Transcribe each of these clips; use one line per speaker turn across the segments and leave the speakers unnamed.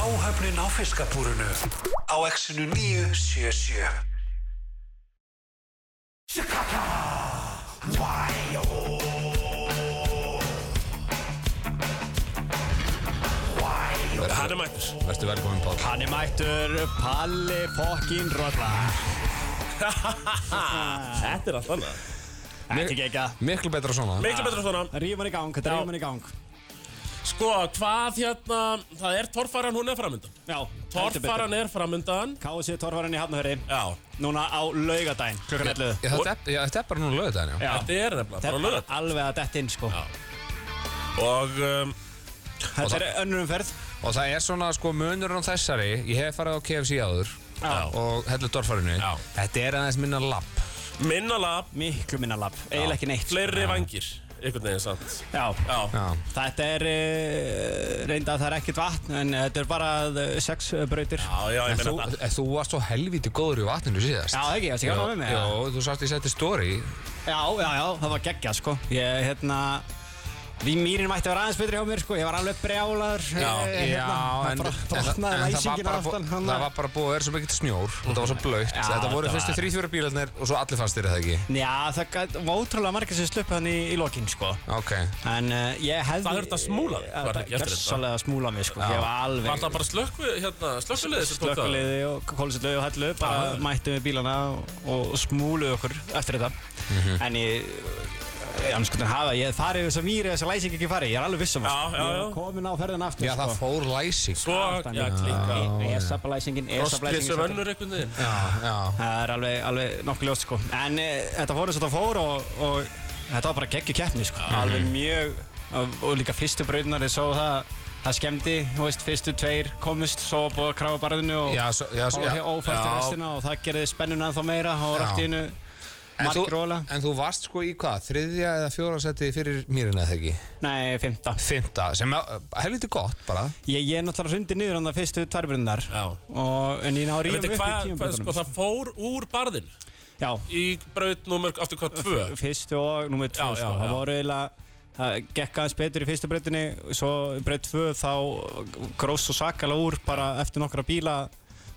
Áhöfnin á fiskabúrunu á exinu 977.
Hann er mættur
Vertu velkominn Pál
Hann er mættur Palli fokkin rolla
Þetta er allt annað
Þetta er ekki
Miklu betra svona
Miklu betra svona
Rífum hann í gang, þetta
Já.
rífum hann í gang
Sko, hvað hérna Það er torfaran, hún er framundan
Já,
Torfaran er framundan
KSC Torfaran í Hafnahöri
Já,
Núna á laugadaginn, klukkan 11
Ég- Þetta er- já, þetta er bara núna löðu þetta
Já.
þetta er nefnilega
Þetta
bara
er
lög
bara alveg að detta inn sko
Já. Og um,
Þetta er önnur umferð
Og það er svona sko munurinn á þessari Ég hef farið á KFC áður
Já.
Og hellu dorfarinu
Já.
Þetta er aðeins minna lapp
minna lab,
Miklu minna lapp, eiginlega ekki neitt sko.
fleiri vangir Einhvern veginn samt
Já,
Já,
Já
þetta er eh, reynda að það er ekkert vatn En þetta er bara eh, sex eh, brautir
já, já ég
En
meina
þú,
þetta
en þú varst svo helvíti góður í vatninu síðast
Já, það ekki, ég varst ekki ánægður með mig,
Jó,
eða?
þú sást ég setti story
Já, já, já, það var geggja sko Ég, hérna Við mýrin mætti að vera aðeins betri hjá mér sko Ég var alveg brjálaður Já,
en, en, Eh,
Það
hérna, það- en
brotnaði
það, var
læsingin
bara,
að
bú-
aftan hann
það var bara búið að vera svo mikill snjór og það var svo blautt
Já,
Þetta voru
þetta
fyrstu
var-
þrý-fjóra bílarnir og svo allir fannst þér það ekki
Já, það gat- var ótrúlega margir sem sluppu hann í, í lokin sko
Ok,
En uh, ég hefði
Það þurfti að smúla þig, var
Það
það ekki
þurfti
eftir þetta?
gersalega að smúla mig sko Ég var
Var
alveg
það bara slökkvi, hérna, slökkuliði sem tók það?
slökkuleiði og kólusetlau og hellu bara
Já.
mættum við bílana og, og smúluðu okkur eftir þetta
Mhm.
En ég eh, annars skoðum hafa, ég hef farið þess að mýri þess að læsing ekki farið, ég er alveg viss um það
Já,
sko.
já,
Ég
já.
er komin á ferðin aftur sko.
já það fór læsing
Svo, já, klikka
E ESA-blæsingin
Rostlið sem önnur einhvern veginn
Já, já
Það er alveg, alveg nokkuð ljóst sko En e, þetta fór eins og þetta fór og, og þetta var bara geggju keppni
Mhm.
sko Alveg mjög og, og líka fyrstu braunar ég svo það það skemmdi, þú veist, fyrstu tveir komust svo var búið að krafa barðinu og
Já, svo- já, svo- já.
ófært í
Já.
restina og það gerði spennuna ennþá meira og
Já.
rættinu
En þú,
margir ólega
en þú varst sko í hvað, þriðja eða fjóra seti fyrir mýrina eða ekki?
Nei, fymta
Fymta, sem er helviti gott bara
Ég, ég er náttúrulega rundi niður hann það fyrstu tværbrunnar
Já.
og en ég ná
En
ríðum upp
veitir
í
hvað,
tíum
hvað, sko, það fór úr barðin
Já,
Í braut nummer, aftur hvað, tvö
fyrstu og nummið tvö
Já,
sko.
já,
það
já.
voru eiginlega það gekk aðeins betur í fyrstu breytinni svo breyt tvö þá gróst svo svakalega úr bara eftir nokkra bíla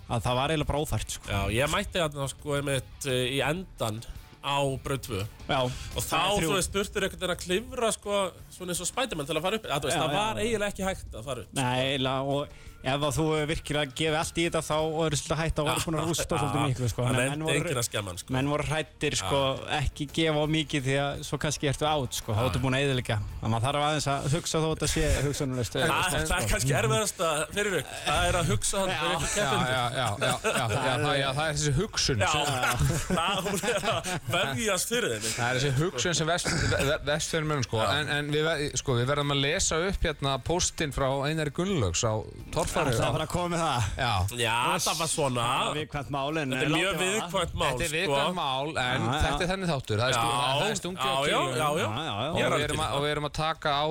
að það var eiginlega bara ófært sko.
Já, ég mætti þarna, sko, einmitt eh, í endan á braut tvö
já,
Og þá, þú veist, þurftir einhvern veginn að klifra, sko, svona eins og Spiderman til að fara upp Það, veist,
Já,
það
já,
var
já.
eiginlega ekki hægt að fara upp
Nei, eiginlega, og ef að þú virkilega gefið allt í þetta þá er þetta hægt að vera búin að rústa svolítið miklu sko.
Ah, Það
Þannig að
nefndi enginn að skemma hann, sko
menn voru hrættir sko,
Ah.
ekki gefa á mikið því að svo kannski ertu átt sko, þá ertu búin að eðilega þannig að maður þarf aðeins að hugsa þó að þetta sé hugsanulegt
Það það er kannski erfiðast að fyrir ykkur Það er að hugsa hann fyrir ykkur
Já,
keppin
já, já, já, já, já, það, já það er þessi hugsun
Já, það hún er að vefjast fyrir þeim
Það er þessi hugsun sem vest, vestfjörn munum sko En, en við, ve- sko, við verðum að lesa upp hérna postin frá Einari Gunnlaugs á
það
Torfari
er bara að koma með það
Já
Já, það var svona
Það er viðkvæmt málin
Ah. Þetta er mjög viðkvæmt mál
Þetta er
sko.
viðkvæm mál, en
Já, já.
þetta er þenni þáttur Það er stu-
Já,
það er stungið á
já, já, já,
kýlum
Já,
já.
já, já.
Ég
Og
er
við, erum
alveg til
að, og við erum að taka á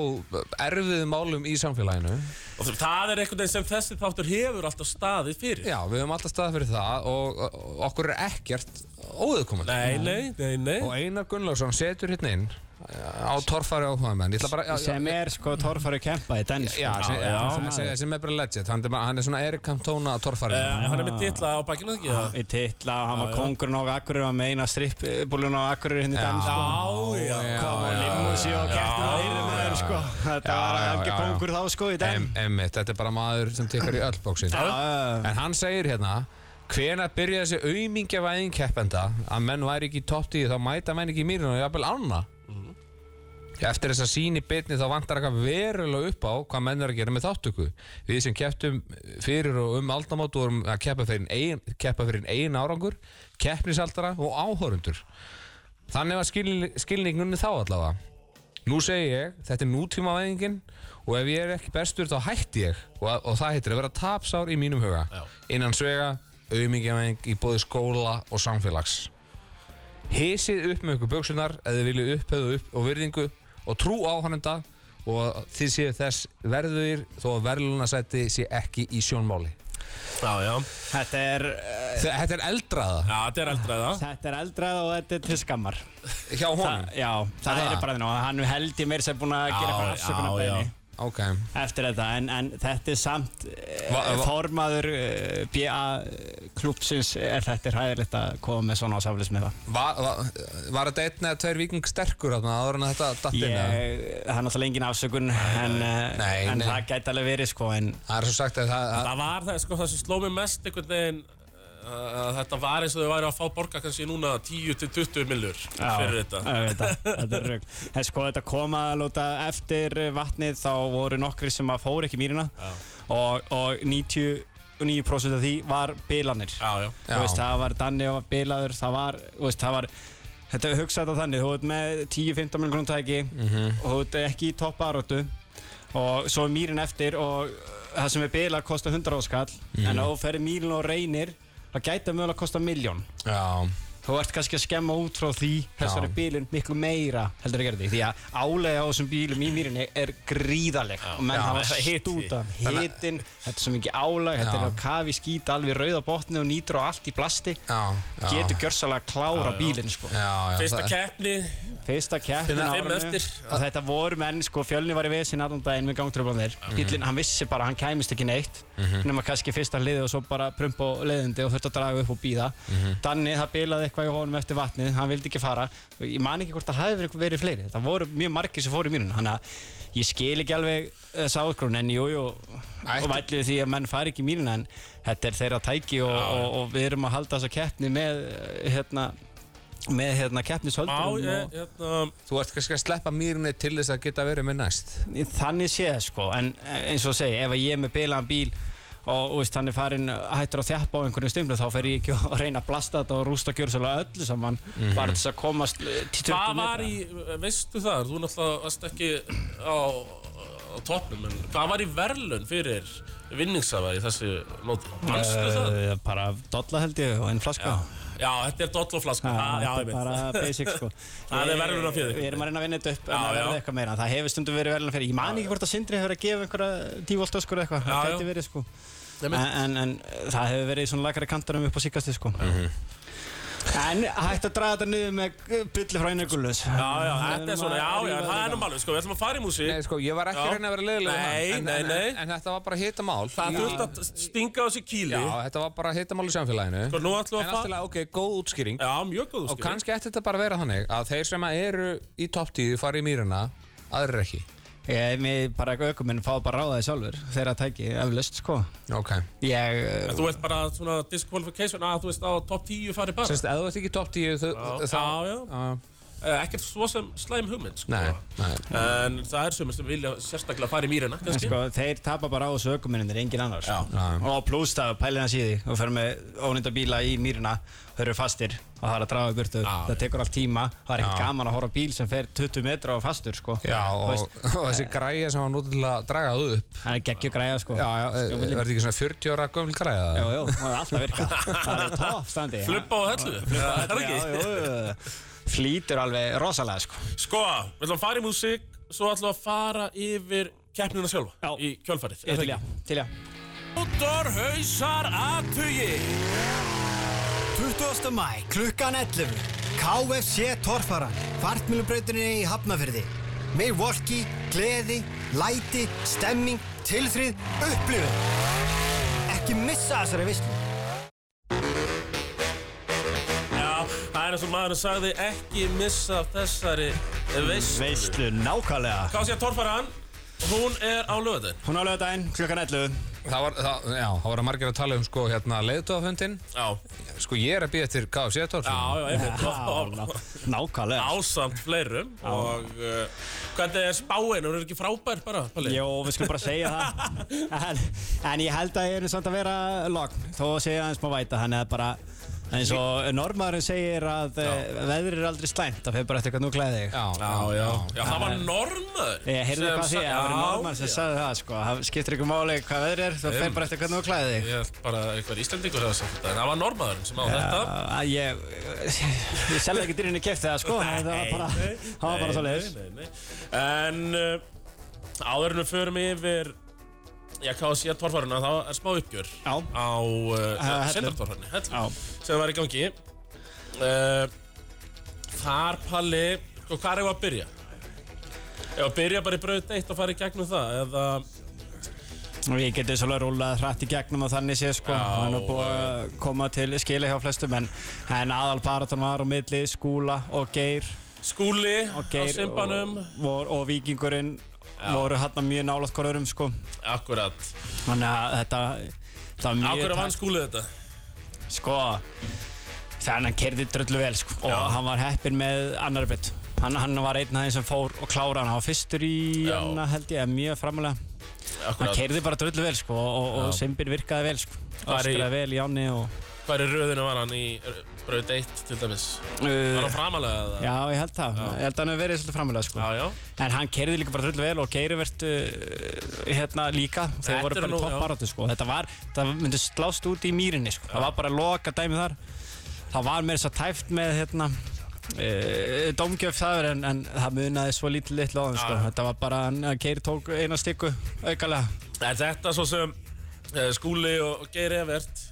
erfiðum málum í samfélaginu
Og þú- það er einhvern veginn sem þessi þáttur hefur alltaf staðið fyrir
Já, við höfum alltaf staða fyrir það og, og okkur er ekkert óðukomandi
Nei, nei, nei, nei
Og Einar Gunnlaugsson setur hérna inn á torfari áhugamenn Ég ætla bara, já,
sem er sko torfari kempa í dans
já, sem,
Já, já.
sem, sem, sem er bara legend Hann er, bara, hann er svona Erik Cantona á torfari
Eh, Hann er með titla á bakinu ekki eða?
í titla og hann var kongurinn á Akureyri og hann meina strippbúlun á Akureyri hérna í dans
Já,
já,
já,
kom og
já,
limúsi og
já,
kertin
já,
að yfir maður sko þetta
Já,
var
já,
algjör
já, já.
kongur þá sko í dans
Em- Emmitt, þetta er bara maður sem tekur í öll bóksin En hann segir hérna Hvena byrja þessi auðmingjavæðin keppenda að menn væri ekki í topp 10 þá mæta menn ekki í mýrinu og jafnvel ána Eftir þessa síni bitni þá vantar eitthvað verulega upp á hvað menn er að gera með þáttöku Við sem kepptum fyrir og um aldamót vorum að keppa fyrir ein, keppa fyrir ein árangur keppnisaldara og áhorundur Þannig var skilning, skilningunni þá allavega Nú segi ég, þetta er nútímavæðingin og ef ég er ekki bestur þá hætti ég og, og það heitir að vera tapsár í mínum huga
Já.
innan svega, auðmingjavæðing í bóði skóla og samfélags Hysið upp með ykkur buksunar ef þið viljið upphauðu upp og virðingu og trú áhannenda og að þið séu þess verður þó að verðlunasætti sé ekki í sjónmáli
Já, já
þetta er eh,
Þe- Þetta er eldraða
Já, þetta er eldraða
þetta er eldrað og þetta er til skammar
hjá honum
Þa- já það
það?
er bara þannig og hann held ég meir sem búin að gera
Já,
bara
já,
afsökunar
já.
beini
Ok,
eftir þetta en, en þetta er samt eh,
Va- va-
formaður eh, BA klúpsins er þetta er hæðilegt að koma með svona ásafilis með það.
Var, var, var þetta einn eða tveir viking sterkur þarna áður en þetta datt inn?
Ég,
eða?
það er náttúrulega engin afsökun en, eh,
Nei,
en
nei.
það gæti alveg verið sko en
Það er svo sagt að það, það
Það var það, sko, það sem sló mig mest einhvern veginn uh, að þetta var eins og þau væri að fá borga kannski núna 10-20 millur
Já,
fyrir þetta.
já, ég veit það, þetta er rugg. En sko þetta kom að lóta eftir vatnið þá voru nokkri sem að fóru ekki í mýrina og, og 99% af því var bilanir.
Já, já.
Já.
Þú veist, það var danni og bilaður, það var, þú veist, það var, þetta er hugsað á þannig, þú ert með 10-15 miljonum tæki og þú ert ekki í topp aðróttu og svo er mýrin eftir og uh, það sem er bilar kostar 100 áskall en ef þú ferir mýrin og reynir, það gæti mögulega að kosta miljón.
Já,
Þú ert kannski að skemma út frá því þessari
Já.
bílun miklu meira heldur að gera því því að álega á þessum bílum í mýrinni er gríðaleg og menn
Já,
hafa
það er hiti.
stúta hitin, þetta er svo mikið álega þetta
Já.
er að kafi skýta alveg rauða botni og nýtur á allt í blasti
já, já
getur gjörsalega að klára bílinn sko.
Já, já
Fyrsta
það-
keppni,
fyrsta keppin
Finna-
á
Fimm
árinu
eftir.
og þetta voru menn sko fjölni var í vesin allan daginn með gangtröflanir bílinn hann vissi bara að hann kæmist ekki neitt
Mhm.
nema kannski fyrsta hliði og svo bara prump og leiðindi og þurfti að draga upp og býða
Mhm.
Danni það bilaði eitthvað í honum eftir vatnið hann vildi ekki fara og ég man ekki hvort það hefði verið- verið fleiri það voru mjög margir sem fóru í mínun þannig að ég skil ekki alveg þessa áskrún en jújú jú,
Ætli-
og vællið því að menn fari ekki í mínun en þetta er þeirra tæki og, og, og við erum að halda þessa keppni með eh, hérna með hérna
má
keppnishöldunum og-
ég, hérna,
Þú ert kannski að sleppa mýrunni til þess að geta verið með næst
Þannig séð sko, en eins og segi, ef ég er með bilaðan bíl og þú veist, hann er farin hættur að þjappa á einhverjum stumlu þá fer ég ekki að reyna að blasta þetta og rústa gjörsala öllu saman bara til þess að komast eh, til 20
hvað
metra.
var í, veistu það, þú náttúrulega varst ekki á, á topnum, en hvað var í verðlun fyrir vinningsafa í þessu móti? Manstu það?
Eh, Bara dolla held ég og einn flaska.
Já, þetta er dolloflaska,
Já,
já, já,
þetta
ég
er
veit.
bara basic sko
Það er verðlauna fyrir þig.
Við erum að reyna að vinna þetta upp en
Já,
það verður
já.
eitthvað meira Það hefur stundum verið verðluna fyrir Ég man ekki hvort að Sindri hefur verið að gefa einhverja 10 volt öskur eða eitthvað
Já,
Það
já.
gæti verið sko
Nei,
en,
mitt.
en, en það hefur verið í svona lakari kantarum upp á síkasti sko
Mhm.
En hægt að draga þetta niður með bylli frá einu gullus
Já, já, þetta er svona, já, já, en það er nú málum, sko, við ætlum að fara í músík.
Nei, sko, ég var ekki
Já.
að reyna að vera leiðilega
Nei,
en,
nei,
en,
nei.
En, en þetta var bara hitamál
Það þurfti að stinga á sig kíli
Já, þetta var bara hitamál í samfélaginu
Sko, nú ætlum við
En
að fara
alltaf, ok, góð útskýring
Já, mjög góð
Og kannski ætti þetta bara að vera þannig að þeir sem að eru í topp 10 fara í mýruna, aðrir ekki
Ég með bara aukuminn fá bara ráða því sjálfur þegar það tæki eflaust sko
Ok
Ég eh,
Þú ert bara svona disqualification að þú veist á top 10 farið bara
Sérst, ef þú ert ekki í topp 10 þú,
Já,
þá
já, já. Eh, Ekkert svo sem slæm hugmynd, sko
Nei, nei
En það er sumir sem vilja sérstaklega fara í mýrina,
En
kannski
Sko, þeir tapa bara á þessu ökuminnindir, engin annars
Já.
Já.
sko. Og pluss það, pælina síði og fer með ónýnda bíla í mýrina Þau eru fastir og það er að draga í burtu Það tekur allt tíma, það er ekki gaman að horfa á bíl sem fer 20 metra og fastur sko.
Já,
Þú
og,
veist,
og þessi græja sem var nú til að draga það upp
Það er geggjur græja sko
Já, já, e-
Skjómið
verður
líka.
þetta ekki svona 40 ára gömul græja?
Jú, jú, það er alltaf virkað Það er topp standi
Flubba á hellu, það er
Já, jú,
ekki
jú Flýtur alveg rosalega sko
Sko, við ætlum að fara í músík Svo ætlum við að fara yfir keppnina sjálfa
Já.
Í kjölfarið,
Ég til já, til já
Útor hausar að tugi
20. mæ, klukkan 11 KFC Torfaran Fartmjölubrautinni í Hafnafyrði Milwaukee, gleði, læti, stemming, tilþrið, upplifun Ekki missa þessari vislu
Já, það er eins og maðurinn sagði Ekki missa af þessari veist
Veistlu nákvæmlega
Kási að Torfaran, hún er á löðin
Hún á lögadaginn, klukkan 11
Það var, það, já, það var að margir að tala um sko hérna leiðtofafundin
Já,
Sko ég er að býja eftir KFC Torfinn
já, já, einmitt
Já, Nákvæmlega
Ásamt fleirum Og uh, hvernig er spáin? Hún er ekki frábær bara, Palli?
Jó, við skulum bara segja það en, en ég held að ég er samt að vera logn þó að segja aðeins má væta þannig að bara eins og normaðurinn segir að já. veðrið er aldrei slæmt það fyrir bara eftir hvað nú glæði þig
já,
Já, já, já það var normaður
Ég heyrði
sem
hvað því,
sa-
það var
Já,
normaður sem
já.
sagði það sko það skiptir ekki máli hvað veðrið er það fyrir bara eftir hvað nú glæði þig
Ég held bara að einhver íslendingur hefði sagt þetta En það var normaðurinn sem á þetta
Já, Eh, ég, eh, ég selði ekki dyrinu kæfti það sko en það var bara, það var bara
Nei,
svo leiðis
nei, nei, nei. En uh, áður en við förum yfir Já, hvað sé að torfaruna, þá er smá uppgjör
Já.
Á uh,
Hellu.
sendartorfarni, hellu
Já,
sem var í gangi uh, Þar Palli sko, Hvað er ég að byrja? Ég að byrja bara í braut eitt og fara í gegnum það eða
og ég geti svolítið rúlað hrætt í gegnum og þannig sé sko,
Já,
hann er búið að koma til skili hjá flestum en, en aðal baratan var á milli Skúla og Geir
Skúli
og
á
Geir
Simbanum
og, og, og Víkingurinn voru hann mjög nálaðt hvorarum sko
Akkurat
þannig að þetta þetta var
Á
mjög
hverju vann Skúli þetta?
tæpt, sko þannig hann kerði dröllu vel sko og hann var heppinn með annar bett hann, hann var einn af þeim sem fór og klára hann hann var fyrstur í
Já.
hann held ég, mjög framulega hann
Akkurat
keirði bara drullu vel sko og, og Simbin virkaði vel sko
Var í-
öskraði vel í áni og
Hvar í röðinu var hann í r- braut 1 til dæmis? Var
uh,
hann framalega eða?
já ég held það ég held að hann hefur verið svolítið framlega sko
Já, já
en hann keirði líka bara drullu vel og Geirivert uh, hérna líka þau
Þetta
voru
er
bara
nú-
í toppbaratu sko þetta var það myndi slást út í mýrinni sko það var bara loka dæmi þar það var meira svo tæft með hérna Uh, domgjöf það er en, en það munaði svo lítið litlu á þeim sko. þetta var bara að Keir tók eina stykku aukalega
En þetta svo sem eh, Skúli og og Geir Evert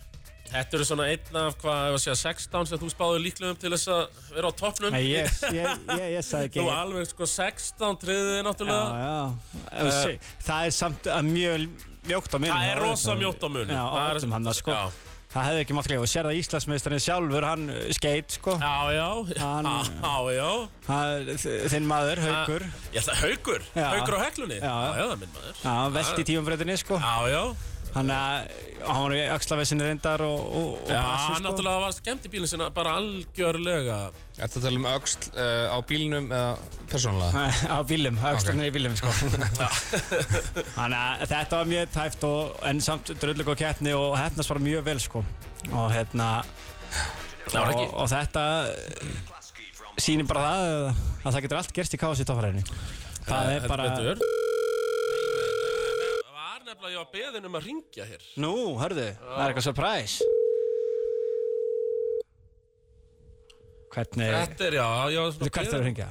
Þetta eru svona einn af hvað, ef að segja 16 sem þú spáður líklegum til þess að vera á toppnum
Nei, ég, ég, ég, ég sagði
Þú
Geir
alveg sko 16 triðið náttúrulega
já, já. Uh, sí, það er samt að mjög mjókt á munum
Eh, Það er rosa mjótt á munum.
já,
Það er-
öllum hann, sko.
Já.
það hefði ekki mátt glefa og sér það Íslandsmeistarinn sjálfur hann uh, skeit sko.
Já, já,
Hann-
já, já
Það er þ- þinn
Eh.
maður, Haukur
Já, það er haukur,
Já.
haukur á heklunni
Já.
já, það er minn maður
Já, velt í tíumbreytinni sko.
Já, já,
hann, uh, hann var í axlavessinni reyndar og, og, og sko.
já
brasi,
hann náttúrulega var skemmt í bílinn sinna bara algjörlega
Ertu að tala um öxl uh, á bílnum eða persónulega?
á bílum, aukstunni í bílum sko. þannig að þetta var mjög tæft og, en samt drullig og keppni og hefnast bara mjög vel sko. og hérna
var
og,
ekki-
og þetta sýnir bara það að, að það getur allt gerst í kási í tófaræðinu það er
heldur
bara
Eh, betur. Það var nefnilega ég var beðin um að ringja hér
nú, hörðu, það er eitthvað surprise hvernig
Þetta er, já, ég var
Þú
svona
hvert er að hringja?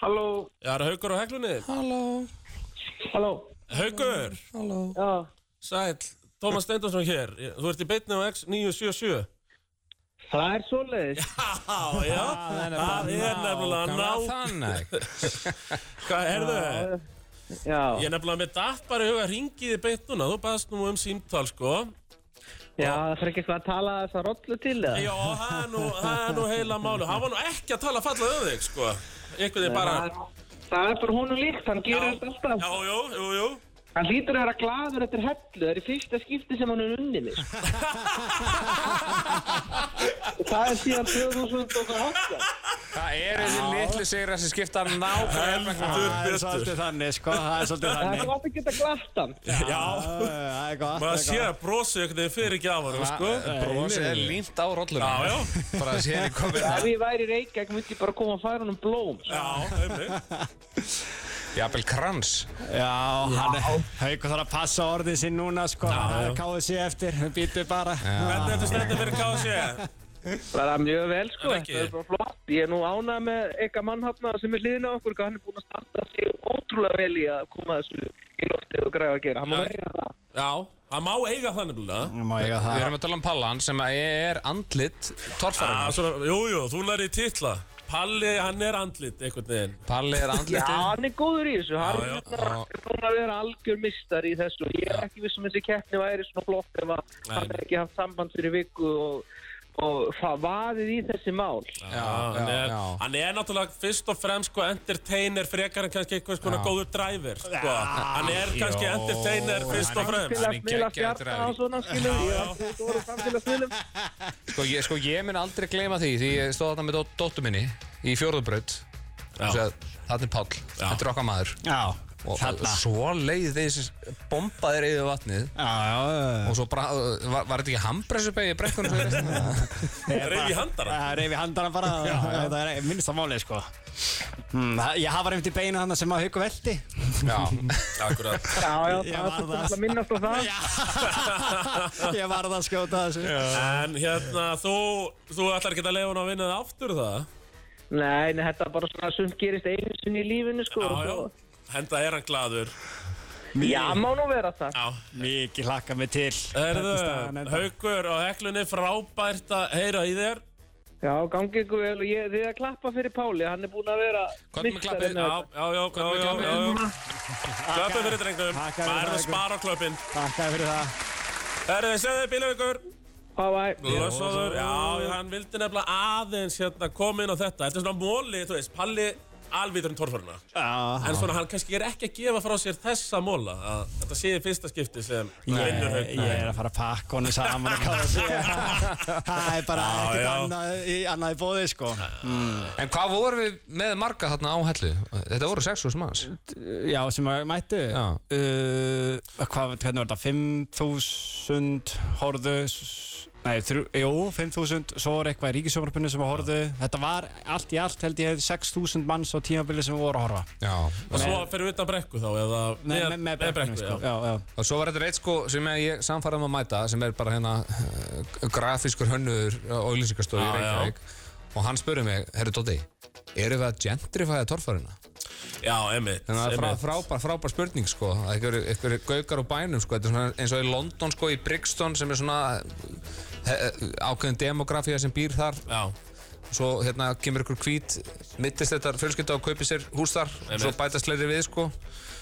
Halló,
Já, það er haukur á heklunni
halló,
Haukur,
já,
sæl, Tómas Steindorsson hér Þú ert í beinni á X977
það er svoleiðis.
Já, já, það Ah, er nefnilega ná
Þannig
Hvað er það?
Já,
Ég er nefnilega með datt bara í huga að ringið í beint núna, þú baðast nú um símtal sko.
já, það þarf ekki eitthvað að tala þessa rollu til eða?
Já, það er nú, það er nú heila málu, hann var nú ekki að tala falla um þig sko. Eitthvað er bara,
Það, það er bara honum líkt, hann gerir þetta alltaf.
já, jú, jú, jú.
Hann hlýtur að vera gladur eftir hellu, það er í fyrsta skipti sem hann er unni mig. það er síðan 2008.
Það er þessi litlu sigra sem skipta nákvæmlega
Það er svolítið þannig, sko, það er svolítið
Það er
þannig
gott að geta glatt hann.
Já,
Það er gott, það
maður
er
sé að brosi eitthvað þegar fyrir ekki af hann, sko.
Brósið er límt á rollunum
Já, já.
Bara að sé henni komið
Ef ég væri í Reykjavík, myndi ég bara koma að færa hann um blóm.
Já, einmitt.
Jafnvel krans
Já, hann er, Haukur þarf að passa orðið sín núna sko, það er káðið sér eftir, býtu bara.
Hvernig ertu stendur fyrir KFC?
Það er mjög vel, sko.
Það er ekki.
Það er bara flott. Ég er nú ánað með eitthvað mannhafna sem er hliðin á okkur. Hann er búinn að standa sig ótrúlega vel í að koma þessu í loftið og græða að gera. Hann má
Já.
verja það.
Já, hann má eiga þannig búinlega.
Má ég að
Við
það?
erum að tala um Pallan sem að er andlit
Já,
torfarinn
svona, jú, jú, þú lærið titla. Palli, hann er andlit einhvern veginn.
Palli er
Já,
andlitið
hann er góður í þessu. Hann
Já, já.
er búinn að vera algjör mistar í þessu. Ég er ekki viss um þessi keppni væri svona flott ef að hann hefði ekki haft samband fyrir viku og, og það vaðið í þessi mál.
Já, hann,
já,
er,
já.
hann er náttúrulega fyrst og fremst sko entertainer frekar en kannski einhvers konar góður driver sko. hann er kannski entertainer fyrst og
Til
fremst
Hann
að
er
spila
geggjaður
fjarta
dragi.
og svona skilum. Ég var alltaf góður samfélagsmiðlum.
Sko ég, sko, ég mun aldrei gleyma því Því ég stóð þarna með dó- dóttur minni Í fjórðubraut Þarna er Pall, þetta er okkar maður
Já,
Og
Hérna.
þarna.
svo leið þessi bombaðir yfir vatnið
Já, já,
Og svo bara, var, var þetta ekki hambresupegi í brekkunum? fyrir restina?
já.
Reif í handana.
Já, reyfi handana bara, það er minnsta málið sko. Mm, það- Ég hafa reyndi beina þarna sem að Haukur velti.
Já,
Akkurat.
Já, já,
Ég
það er
varð
svo
að-
til að minnast á það.
Ég varð að skjóta þessu.
en hérna þú þú ætlar ekki að leiða hún að vinna það aftur um það
Nei, nei, þetta er bara svona sumt gerist einu sinni í lífinu, sko.
já,
Já,
já. henda er hann gladur
já. má nú vera það.
já.
Mikið hlakka mig til.
Herðu,
Hvernig staðan enda.
haukur og heklunni frábært að heyra í þér
Já, gangi ykkur vel og ég, þið að klappa fyrir Páli, hann er búinn að vera
Hvað með klappið?
með
Já, já, já, já, já, já, já. Klöppum fyrir drengnum.
Takk,
Maður er að
takk.
spara á klöppin.
Takk fyrir það.
Herðu, segðu þið bílum ykkur.
Bye bye.
Blössoður, já, hann vildi nefnilega aðeins hérna koma inn á þetta. Þetta er svona móli, þú veist, Palli alvíturinn torfaruna.
Já.
En svona, hann kannski er ekki að gefa frá sér þessa móla. að Þetta sé í fyrsta skipti sem
Ég,
vinnur haug.
ég er að fara að pakka honum saman og hvað að segja. Það er bara
Já,
ekkert
já.
annað í, annað í bóði, sko.
En hvað vorum við með marga þarna á hellu? Þetta voru sex hús manns.
Já, sem að mættu.
Já.
Uh, hvað, hvernig var þetta? 5.000 horðu, s- nei, þrjú, jú, 5.000, svo var eitthvað í ríkisjómarpunni sem að horðu. Þetta var allt í allt, held ég, 6.000 manns á tímabili sem voru að horfa.
Já.
Og svo fyrir við utan brekku þá, eða
Nei, með, með, með brekkunni, sko.
já.
Já, já.
Og svo var þetta reitt sko sem að ég samfaraði með að mæta sem er bara hérna uh, grafískur hönnuður á auðlýsingarstofu í
Já, já.
Reykjavík og hann spurði mig, herru Dóti, eru við að gentrifæða torfarina?
Já, emitt.
Þannig að það er frá, frábær, frábær spurning sko að einhverju einhverju gaukar á bænum sko þetta er svona eins og í London sko í Brixton sem er svona he, ákveðin demografía sem býr þar
Já,
svo hérna kemur ykkur hvít mittist þetta fjölskylda og kaupir sér hús þar svo bætast fleiri við sko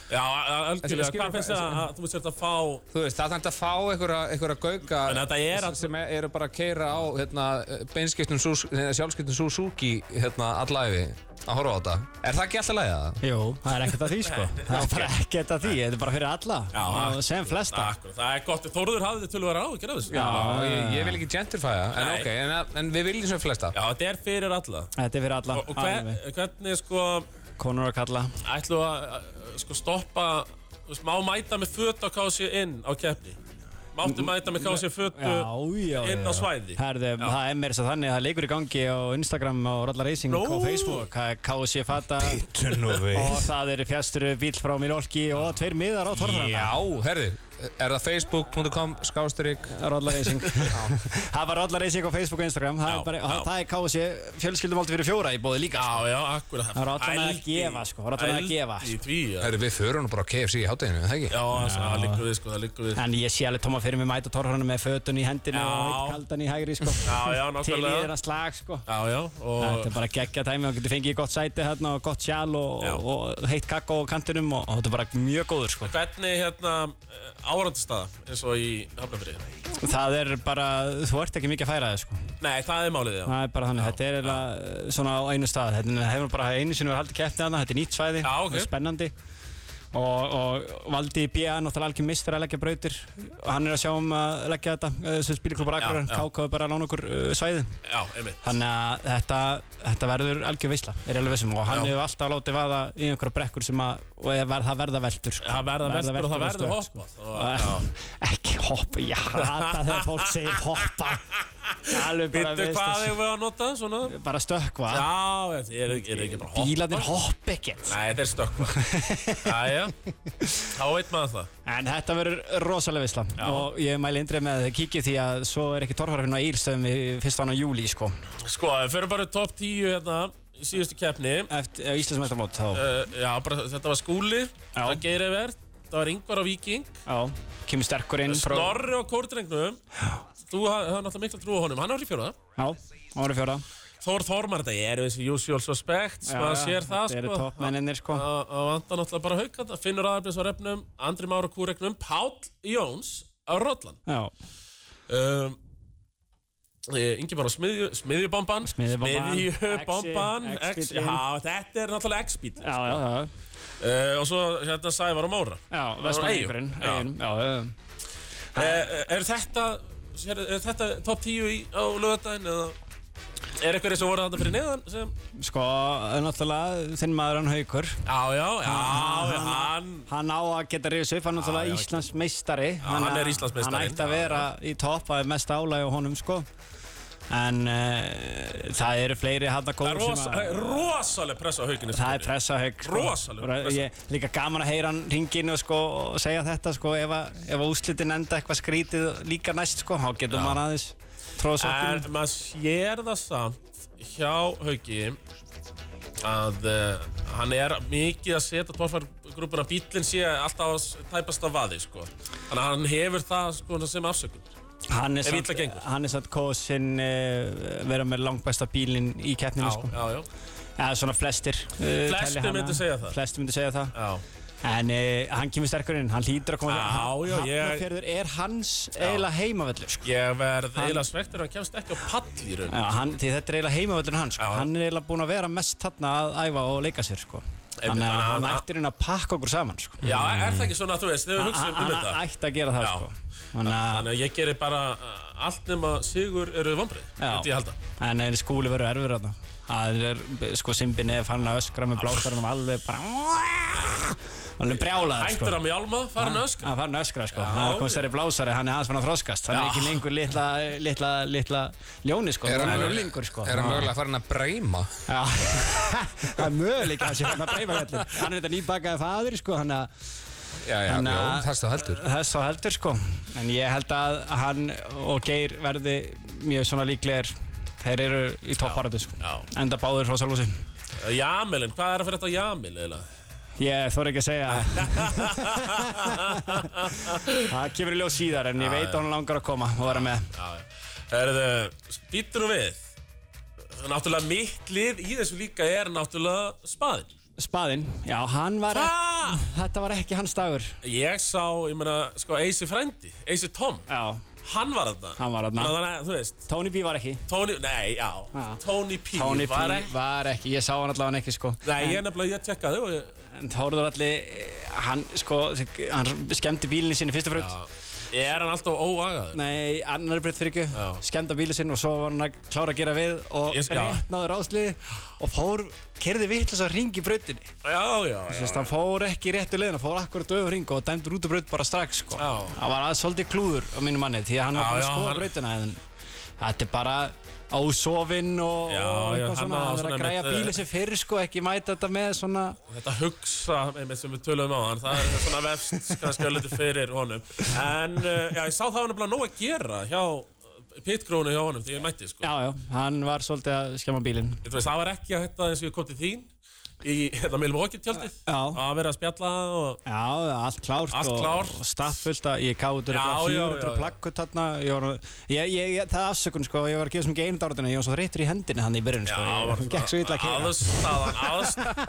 já, algjörlega.
skilur-
Hvað finnst það að þú sért að fá...
þú veist það þarf að fá einhverja, einhverja gauka
En þetta er að-
sem er- eru bara að keira á hérna, beinskiptum Sus- hérna, sjálfskiptum Suzuki hérna allæfi að horfa á þetta er það ekki alltaf lægið það?
Jú, það er ekkert að því, sko. Það er bara ekkert að því, þetta er bara fyrir alla. og sem flesta.
Akkur, það er gott. Þórður hafði þið tölvara á, ekki þessu?
Já, ég, ég vil ekki gentrifæja en
Nei.
ok, en, en við viljum sem flesta
Já, þetta er fyrir alla.
Þetta er fyrir alla,
Og, og hver,
alveg.
hvernig, sko,
konur og kalla.
ætlum við að uh, sko, stoppa þú veist, má mæta með föt á kási inn á keppni máttu mæta með kási fötu
Já, já,
inn
já.
á svæði
Herðu, það er mér þess að þannig, það er leikur í gangi á Instagram og Ralla Racing
Nú.
og Facebook. Það er KC Fata og það er fjasturu bíl frá Milólki og tveir miðar á
Já,
torfarana.
herði, er það facebook.com skástrík
Ralla Racing. það var Ralla Racing á Facebook og Instagram. Það
Já,
er, bara,
já.
það er KC fjölskyldumáldi fyrir fjóra í bóði líka. sko.
já, já, akkurat
Það er allan að
Pældi-
gefa, sko, það er allan að
pældi
gefa,
í því, já,
Herði, við förum nú bara á KFC í hátæginu, það ekki?
já það- það liggur við, sko, það liggur við
En ég sé alveg tóma fyrir mig mæta torfarana með fötun í hendinu
Já.
og eitt kaldan í hægri, sko.
Já, já,
Til í
nákvæmlega.
þeirra slag, sko.
já, já, og
Þetta er bara geggja tæmi og getur fengið gott sæti hérna og gott sjál og,
Já.
og heitt kakko á kantinum og, og þetta er bara mjög góður sko.
hvernig, hérna árandastaða, eins og í Hafnafrið
Það er bara, þú ert ekki mikið að færa þig sko.
nei, það er málið, já
Það er bara þannig, þetta er eiginlega svona á einu stað. Þetta hefur bara einu sinni verið haldið keppnið hana, þetta er nýtt svæði,
Já, ok.
það er spennandi. Og, og valdi í BA náttúrulega algjör mistur að leggja brautir og hann er að sjá um að leggja þetta uh, sem spilklubur Akurar,
já.
kákaðu bara að lána okkur uh, svæði
já, einmitt
Þannig að þetta, þetta verður algjör veisla, er ég alveg vissum og hann
Já.
hefur alltaf látið vaða í einhverja brekkur sem að, og eða verð, það verða veldur sko.
það verða verður og það verður
og
hoppað
stökk,
og-
sko.
já.
Ekki hoppa, já, hata þegar fólk segir hoppa Alveg bara
Vittu
veist
hvað
að-
þau voru að nota, svona?
bara stökkva
Já, ég er, er ekki bara hoppa.
Bílarnir hoppa ekkert
Nei, þetta er stökkva. Jæja, þá veit maður það.
En þetta verður rosalega veisla og ég mæli indrið með að þið kíkið því að svo er ekki torfarfinn á Ílstöðum í fyrsta hann á júli sko.
Sko, við fyrir bara í top 10 hérna í síðustu keppni.
Eftir Íslandsmestarmót þá,
Uh, já, bara, þetta var Skúli, það var Geirivert, það var Ingvar á Viking,
já, kemur sterkur inn
Snorri á Kórdrengnum. Þú ha- hafði náttúrulega mikla trú á honum, hann var í fjóra.
Já, ára fjóra
Þór Þormar, þetta er eins og usual suspects, maður sér það,
Þetta eru
sko.
toppmennir sko
Það það vantar náttúrulega bara hauka þetta. Finnur aðeins á refnum, Andri Már á Kúregnum, Páll Jóns á Rottland.
Já,
Um, Ingi bara smiðju, smiðjubomban
Smiðjubomban,
Smiðjubomban
Exi,
Exi,
X-bíllinn.
Já, þetta er náttúrulega X-bíl
já, já, já
uh, Og svo hérna Sævar og Móra
Já, Vestmanningurinn
Já.
Eyjum, Já, já,
uh, Er þetta er, er þetta top 10 í, á lögadaginn eða er eitthvað sem voru þarna fyrir neðan sem
já Sko, náttúrulega þinn maður hann haukur
Já, já, já, hann
Hann á að geta rifið sig upp, hann er
Já, já,
náttúrulega
ekki.
Íslands meistari
hann er Íslandsmeistari.
Hann ætti að vera í topp að mest álæg á honum sko En uh, það eru fleiri hann að
Það
koma
er rosa, það er rosaleg pressa á hauginu
Það er pressa högg sko.
Rosaleg
Bara,
pressa.
Ég, líka gaman að heyra hann ringinu sko, og segja þetta sko, ef, að, ef að úrslitin enda eitthvað skrítið líka næst sko, þá getur maður aðeins tróða
En
sokkunum
maður sér það samt hjá Hauki að uh, hann er mikið að setja tórfærgrúpuna bílinn sé alltaf að s- tæpast af vaði sko. Þannig að hann hefur það sko, sem afsökun
Hann er
Ef illa
samt,
gengur.
hann er samt kosinn uh, vera með langbæsta bílinn í keppninu sko.
já, já.
Eða svona flestir uh,
Flestir
telja hana.
myndu segja það.
Flestir myndu segja það
já.
En uh, hann kemur sterkur inn, hann hlýtur að koma
Já, já, ég-
Hafnarfjörður er hans eiginlega heimavöllur sko.
Ég verð eiginlega svektur að hann kemst ekki á pall í raun.
Já, hann, því þetta er eiginlega heimavöllurinn hans sko.
Já.
Hann er eiginlega búinn að vera mest þarna að æfa og leika sér sko. Þannig
þannig
að
að
hann
hann-
ættir inn að pakka okkur saman sko.
Já, er það ekki svona, þú veist, þegar við
Hann
hugsaum um
hann
þetta?
ætti að gera það
Já.
sko. Þannig að
Þannig að ég gerir bara uh, allt nema sigur eru vombrið,
Já.
myndi ég halda.
En er skúli verið erfur þarna Það er sko Simbin eða fann að öskra með blásarunum alveg bara Alveg brjálaður sko
Hættur að mjálma, farin að öskra.
Hann fann að öskra sko Hann er komið stærri blásari, hann er aðeins fann að þroskast Hann er ekki lengur litla, litla, litla ljóni sko
Er hann
Hann er
mögulega-
ljólingur sko
Er hann mögulega farin að breyma?
Já, það er möguleik að sé hann að breyfa vellin Hann er þetta nýbakaði fadir sko hann að
Já, já,
Þannig
já,
að-
þess það heldur
þess á heldur sko En ég held að hann og Geir verði mjög svona líklegir Þeir eru í topparötu sko
Já.
Enda báður frá sjálfhúsi
Uh, Jamilin, hvað er að fyrir þetta Jamil eiginlega?
Ég þóra ekki að segja Það kemur í ljós síðar en ég veit að hún langar að koma og vera með
Já, já. Herðu, býttur nú við. Náttúrulega mitt lið í þessu líka er náttúrulega spaðin.
Spaðinn, já hann var
Ah!
Þetta var ekki hans dagur
Ég sá, ég meina, sko, Eisi frændi, Eisi Tom,
Já,
hann var þarna.
Hann var þarna.
Þannig að, þú veist,
Tony B var ekki
Tony, nei, já,
Já.
Tony P.
Tony B
var ekki.
var ekki, ég sá hann allavega ekki sko
Nei, ég nefnilega, ég tjekkaði og ég,
En Þórður allir, hann sko hann skemmti bílinni sinni fyrstu frönd
ég er hann alltaf óagaður.
Nei, annar breytt fyrir
Já.
ekki skemmta bílinn sinn og svo var hann að klára að gera við og
Ég skal-
rétt náður áslið og fór, kerði vitlis að ringi brautinni
Já, já, já.
Sérst, hann fór ekki í réttu leiðin, hann fór akkurat öfur hring og dæmdur út af braut bara strax sko.
Já.
Það var aðeins svolítið klúður á mínu manni því að hann var
Já,
bara að
já,
skoða
hann-
brautina en þetta er bara ásofinn og,
Já,
og
já,
eitthvað
hann
svona,
á
hann er
svona
að græja
mitt,
bíli
eh,
sem fyrr sko, ekki mæta þetta með svona
Þetta hugsa, einmitt sem við töluðum á hann, það er svona vefst kannski að liti fyrir honum. En, uh, já, ég sá það hann nefnilega nóg að gera hjá pitgrónu hjá honum þegar ég mætti, sko.
Já, já, hann var svolítið að skemma bílinn
Þú veist, það var ekki að hætta eins og ég kom til þín í hérna, þetta Milwaukee tjaldið
Já.
að vera að spjalla og
Já, allt klárt
Allt
og,
klárt.
og staffullt að ég káður
Já,
eitthvað 400
já, já, já.
plakkut þarna ég var, ég, ég, ég, það er afsökun sko, ég var að gefa sem ekki einu dárðinu, ég var svo reytur í hendinni hann í byrjun sko,
það
ég gekk svo illa að keyra
aðstaðan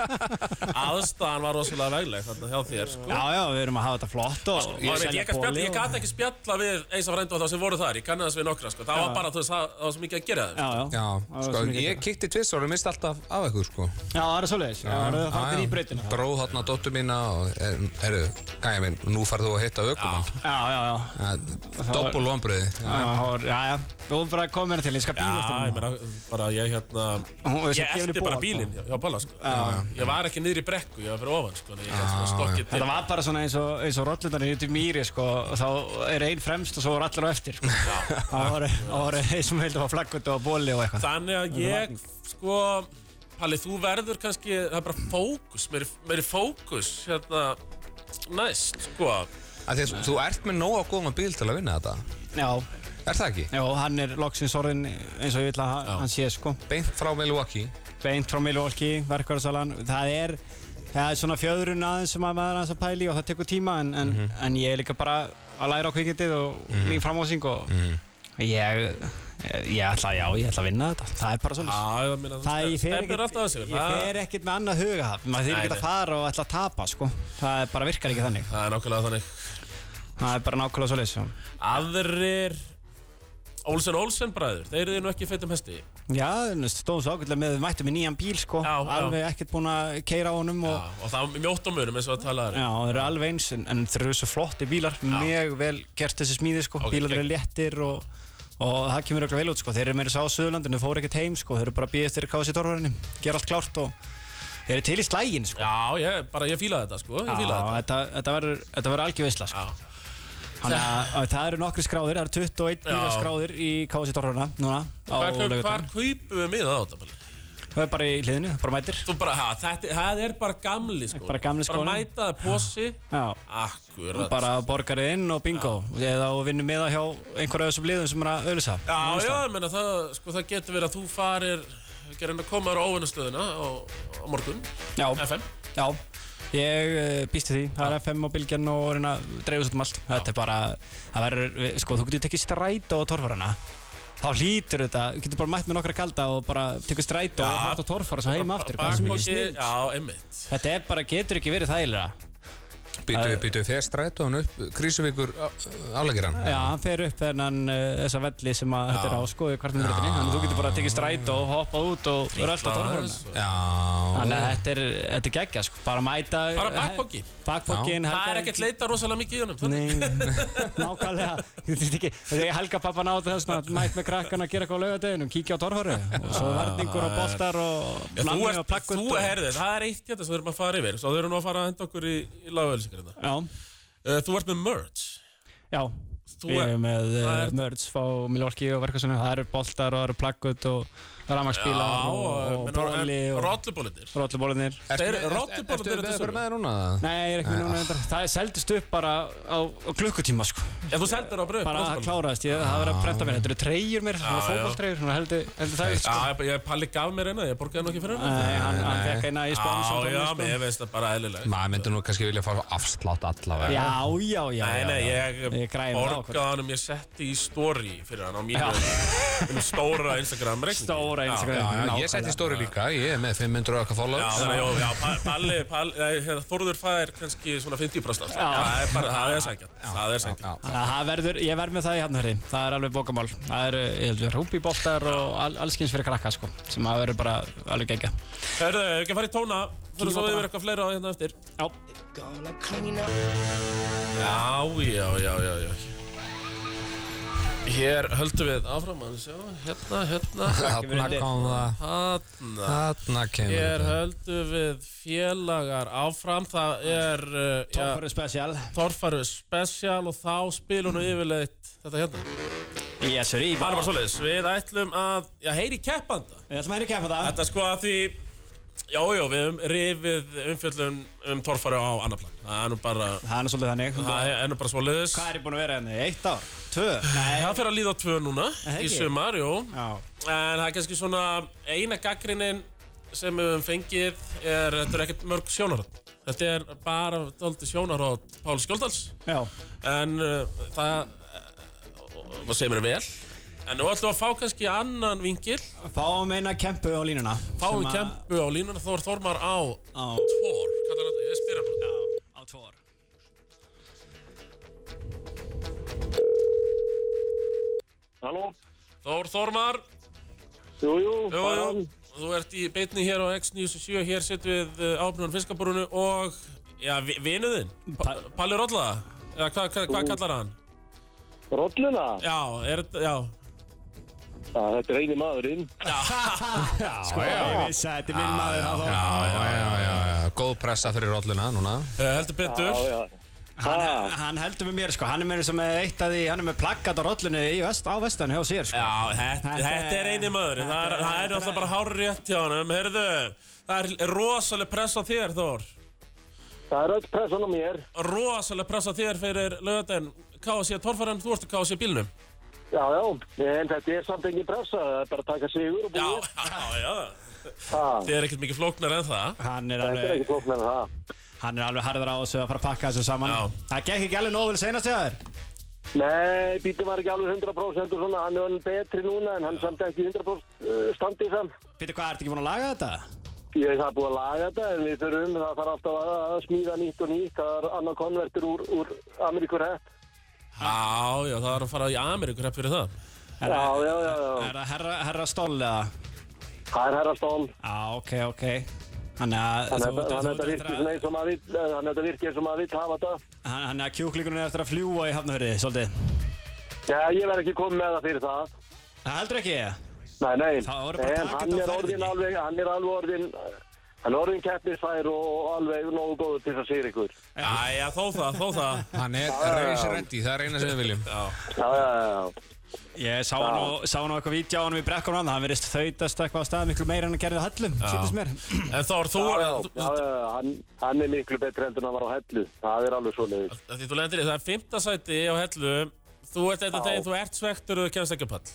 aðst, aðstaðan var rosalega vegleg þarna hjá þér sko.
Já, já, við erum að hafa þetta flott og,
Ég, Sko, veit, ég, gat spjalla, ég
og...
gat ekki spjalla við eins af frændu og þá sem voru þar, ég kannast við nokkra sko. það var bara, þú veist, það, það var svo mikið að gera þeim
Já,
sko.
já.
Já,
Það var
sko,
svo mikið
ég
að-
kikti tvist og mist alltaf af ykkur, sko
Já, það er svoleiðis. Já, það er að fara til í breytina.
Dróð þarna dóttur mína og, er- herru, gæja minn, nú farð þú að hitta ökumann
Já, já, já.
Doppul vombriði
Já, það var- já, já. Þú er bara að koma hérna til, ég skal bíla
Já, ég
eftir
meina, bara ég hérna
Hún veist
Ég
að gefa henni
eftir bara
boð,
bílinn hjá- hjá Balla, sko Ég var ekki niður í brekku, ég var fyrir ofan, sko Ég gæti svona stokkið til
Þetta var bara svona eins og, eins og rollunar í mýri, sko, og þá er einn fremst og svo er allir á eftir, sko. Það var, það var einn sem heldur á flaggut og bóli og eitthvað.
Þannig að ég, sko, Palli, þú verður kannski, það er bara fókus, meiri, meiri fókus, hérna, næst, sko.
Af því að Þú ert með nóg að góðum bíl til að vinna þetta
Já,
Er það ekki?
já, hann er loksins orðin eins og ég vil að hann- hann sé, sko.
Beint frá Milwaukee
beint frá Milwaukee, verkvarðarsalan það er, það er svona fjöðrun aðeins sem að maður aðeins að pæli og það tekur tíma en, en, en ég er líka bara að læra á kvikindið og mín framhásing og ég, ég, ég ætla, já, ég ætla að vinna þetta það er bara
Já,
svona
ég meina,
Það
stem-
ég fer
stefnir alltaf að
ekkert,
sigur.
ég fer ekkert með annað hugahaf maður þýr
Nei,
ekki að
nei.
fara og ætla að tapa sko. það er bara virkar ekki þannig
Það er nákvæmlega þannig.
það er bara nákvæmlega sko. svo leys
Aðrir, Olsen Olsen bræður, þeir eru nú ekki í feitum hesti.
já, nú stóðum svo ákveldlega með við mættum í nýjan bíl sko.
Já, já.
alveg ekkert búin að keira á honum og,
Já, og það um. er mjótt á munum eins og að tala þar.
Já, þeir eru alveg eins en, en þeir eru svo flotti bílar, mjög vel gert þessi smíði sko,
Ok,
bílar eru
gegn.
léttir og, og það kemur okkur vel út sko, þeir eru meira sá á Suðurlandinu, þeir fóru ekkert heim sko, þeir eru bara að býða eftir KFC Torfarinni, gera allt klárt og þeir eru til í slægin sko.
Já, ég, bara, ég fíla þetta, sko, ég
Já,
fíla þetta.
þetta, þetta verður, þetta verður algjör veisla sko.
Já.
Þannig að að það eru nokkri skráðir, það eru 21
Já.
bílar skráðir í KFC Torfarina núna á
Hvar, hvar, hvar
laugardaginn.
kaupum við miða á þetta, Palli?
Það er bara í hliðinu, bara mætir.
Þú bara, ha, þetta, það er bara gamli, sko.
Bara gamli skólinn.
Bara mæta, posi.
Já.
Akkurat.
Bara borgarið inn og bingo eða og vinnum með það hjá einhverju af þessum liðum sem er að auðvisa
Já, já, ég meina það, sko, það getur verið að þú farir gerir hann að koma þér á óvinnastöðuna á, á morgun,
Já.
FM
Já, Ég uh, býst við því, það er FM og Bilgjan og reyna að dreifu svo um allt Þetta er bara, það verður, sko, þú getur tekið strætó á torfarana Þá hlýtur þetta, þú getur bara mætt með nokkra kalda og bara tekið strætó og mætt á torfara svo heim aftur Hvað er sem ekki
Bakpoki,
snill?
já, einmitt
Þetta er bara, getur ekki verið þægilega
Býtu, býtu þegar strætóðan upp Krísuvíkur álækir hann
Já, hann fer upp þennan uh, þessa velli sem að þetta er á sko í kvartum breytinni Þannig að þú getur bara tekið strætó og hoppað út og verður alltaf torfarana
Aðeins.
Já
Þannig að þetta er, þetta er geggja, sko, bara mæta
Bara bakpoki.
Bakpokkin,
Það er ekkert leita rosalega mikið í honum þannig.
Nei, nákvæmlega Þú veist ekki, þegar Helga pappa náði það svona mætt með krakkan að gera eitthvað á laugadeginum kíkja á torfaru og svo varningur og boltar og
Ah. Já, Þú
blanni og
ert,
plakkut
þú
og-
herðið, það er eitt hérna sem við erum að fara yfir Svo þau eru nú að fara að henda okkur í, í lagauðlýsingar hérna
Já,
uh, Þú ert með merch
já
Þú
Við erum með eh,
það
er...
er-
mörds fá Milorki og verka það eru boltar og það eru plakkut og rafmagsbílar og, og bóli
eh,
og
Rollubólitir
rollubólinnir
Þeir
Ertu-
rottubólar
ertu- ertu
eru
með
þessu.
okkur með þér núna?
Nei, ég er ekki
Ah.
með núna reyndar. Það er seldist upp bara á, á klukkutíma sko
Já, þú sendir á bröð
bara að það kláraðist, ég, það verið að prenta mér þetta eru treyjur mér, það eru
Já, já.
fókbaltreyjur þannig að heldur heldur það upp
Já,
sko
ég, ég Palli gaf mér eina, ég borgaði nú ekki fyrir hana
Nei, hann, hann fekk eina í spánu sem
Já,
tónlist,
já,
sko.
mér veist það bara eðlilega
Maður myndi nú kannski vilja fara á afslátt allavega
Já, já, já
Nei,
já,
nei,
já.
ég
græði það okkur
borgaði hann um ég setti í story fyrir hann á mínu um stóra Instagram reikning
Stóra
Já,
Instagram.
já,
Nákvæmlega.
ég setti stóri líka, ég er með 500 okkar
Já,
followers
þannig að, já, Pa- Palli, Palli, nei, hérna, Þórður fær kannski svona 50% af því. Það er bara, það er sækjað, það er sækjað.
já.
Það það verður, ég verð með það í hafnarhverði, það er alveg bókamál. Það eru, ég heldur, rúbíboltar og all, allskyns fyrir krakka, sko, sem að verður bara alveg gegja.
Hörðu, ef ekki að fara í tóna, fyrir
Kíkjum á
svo við
tóna.
verðum eitthvað fleira á hérna eftir.
Já,
Já, já, já, já, já. Hér höldum við áfram að sjá, hérna, hérna,
Þarna kom það,
hérna.
þarna kemur
Hér
þetta.
höldum við félagar áfram, það er, uh, já,
tónfæru spesial.
Torfaru Special og þá spilum við yfirleitt þetta hérna.
Yes, sir, í.
Það er bara
Við
svoleiðis, við ætlum að, já, heyri keppanda.
ætlum að heyra kempa það.
Þetta er sko að því Jájó, við höfum rifið umfjöllun um torfari á annar plan Það er nú bara,
Það er nú svolítið þannig.
það er nú bara svoleiðis
Hvað er ég búin að vera henni? Eitt ár? Tvö? Nei.
Það fyrir að líða á tvö núna
það
í
ekki?
sumar, jú
Já.
En það er kannski svona eina gaggrinin sem við höfum fengið er, þetta er ekkert mörg sjónarhótt Þetta er bara dóldi sjónarhótt Páls Skjóldals
Já.
En uh, það, uh, það segir mér vel En nú ætlum við að fá kannski annan vingil
Fáum eina kempu á línuna.
Fáum
sem að-
kempu á línuna Þór Þormar á
Á,
Tór, hvað er þetta? Ég spyrir bara
á, á tvo ár.
Halló?
Þór Þormar,
Jú, jú,
jú, jú, þú ert í beitni hér á X97, hér setjum við uh, ábyrðan fiskaborunu og, já, vi- vinuðinn, pa
Pa-
Palli Rolla, eða hvað hva, hva kallar hann?
Rolluna?
Já, er þetta, já,
Já, þetta er eini maðurinn.
Ég vissi að þetta er minn maður. það
Já,
Þór.
já, já, já, já, góð pressa fyrir rolluna núna
uh, heldur betur.
Já,
Já,
já. Ah.
Hann, hann heldur með mér sko, hann er með sem er eitt af því, hann er með plakkat á rollinu í vest, á vestan hjá sér sko.
þetta,
Þetta-
þetta er eini maður, það er, það er alltaf bara hár rétt hjá hann, heyrðu, það er rosaleg press á þér, Þór,
Það er öll pressan á mér.
rosaleg press á þér fyrir lögadaginn, KSC Torfarinn, E þú ert að KSC E bílnum.
Já, já. En þetta er samt engin pressa. Það er bara að taka sigur og
Já,
búið.
já, já,
Það
þið er ekkert mikið flóknar en það.
Hann er
er
alveg,
ekki flóknar en það.
hann er alveg harður á þessu að fara að pakka þessu saman
Já.
Það gekk ekki alveg nógu vel senast hjá þér
Nei, bítum var ekki alveg 100% og svona. Hann er alveg betri núna en hann samt ekki 100% uh, standið samt.
Pítur, hvað, ertu ekki búin að laga þetta?
Ég það er búið að laga þetta en við þurfum, það þarf alltaf að, að smíða nýtt og nýtt. Það er annar konvertur úr, úr Ameríkur hett.
Já, já, það er að fara í Ameríku rep fyrir það.
Já, já, já, já.
Er það herra, herra stól eða?
Það er herrastón.
Já, ok, ok Þannig að
Þannig
þú-
að-
þú-
þannig að
þú-
þetta virkir svona eins og maður vill, eh, þannig að þetta virkir eins og maður vill hafa þetta.
hann- Þannig að kjúklingunum er eftir að fljúa í hafnahörði, svolítið
Já, ég verð ekki komið með það fyrir það.
Það heldur ekki
Nei, nei.
Það voru bara að
En
taka
hann
þetta á
er orðin
ferðinni.
alveg, hann er alveg orðin, hann er orðin keppnisfær og og alveg nógu góður til þess að segja ykkur.
Æja, þó það, þó það.
Hann er race ready, það er eina sem við viljum
Já, já, já, já.
Ég sá hann og, sá hann og eitthvað vídeo á hann við brekkunum hann, hann verðist þautast eitthvað á stað miklu meira en hann gerði á hellum, sýndist mér
En Þór, þú,
Já, já,
þú-
já, já, já, hann, hann er miklu betri heldur en hann var á hellu. Það er alveg svo leiðis.
af því þú lendir í það er fymta sæti á hellu, þú ert þetta
Já.
deginn, þú ert svektur og þú kemst ekki á pall.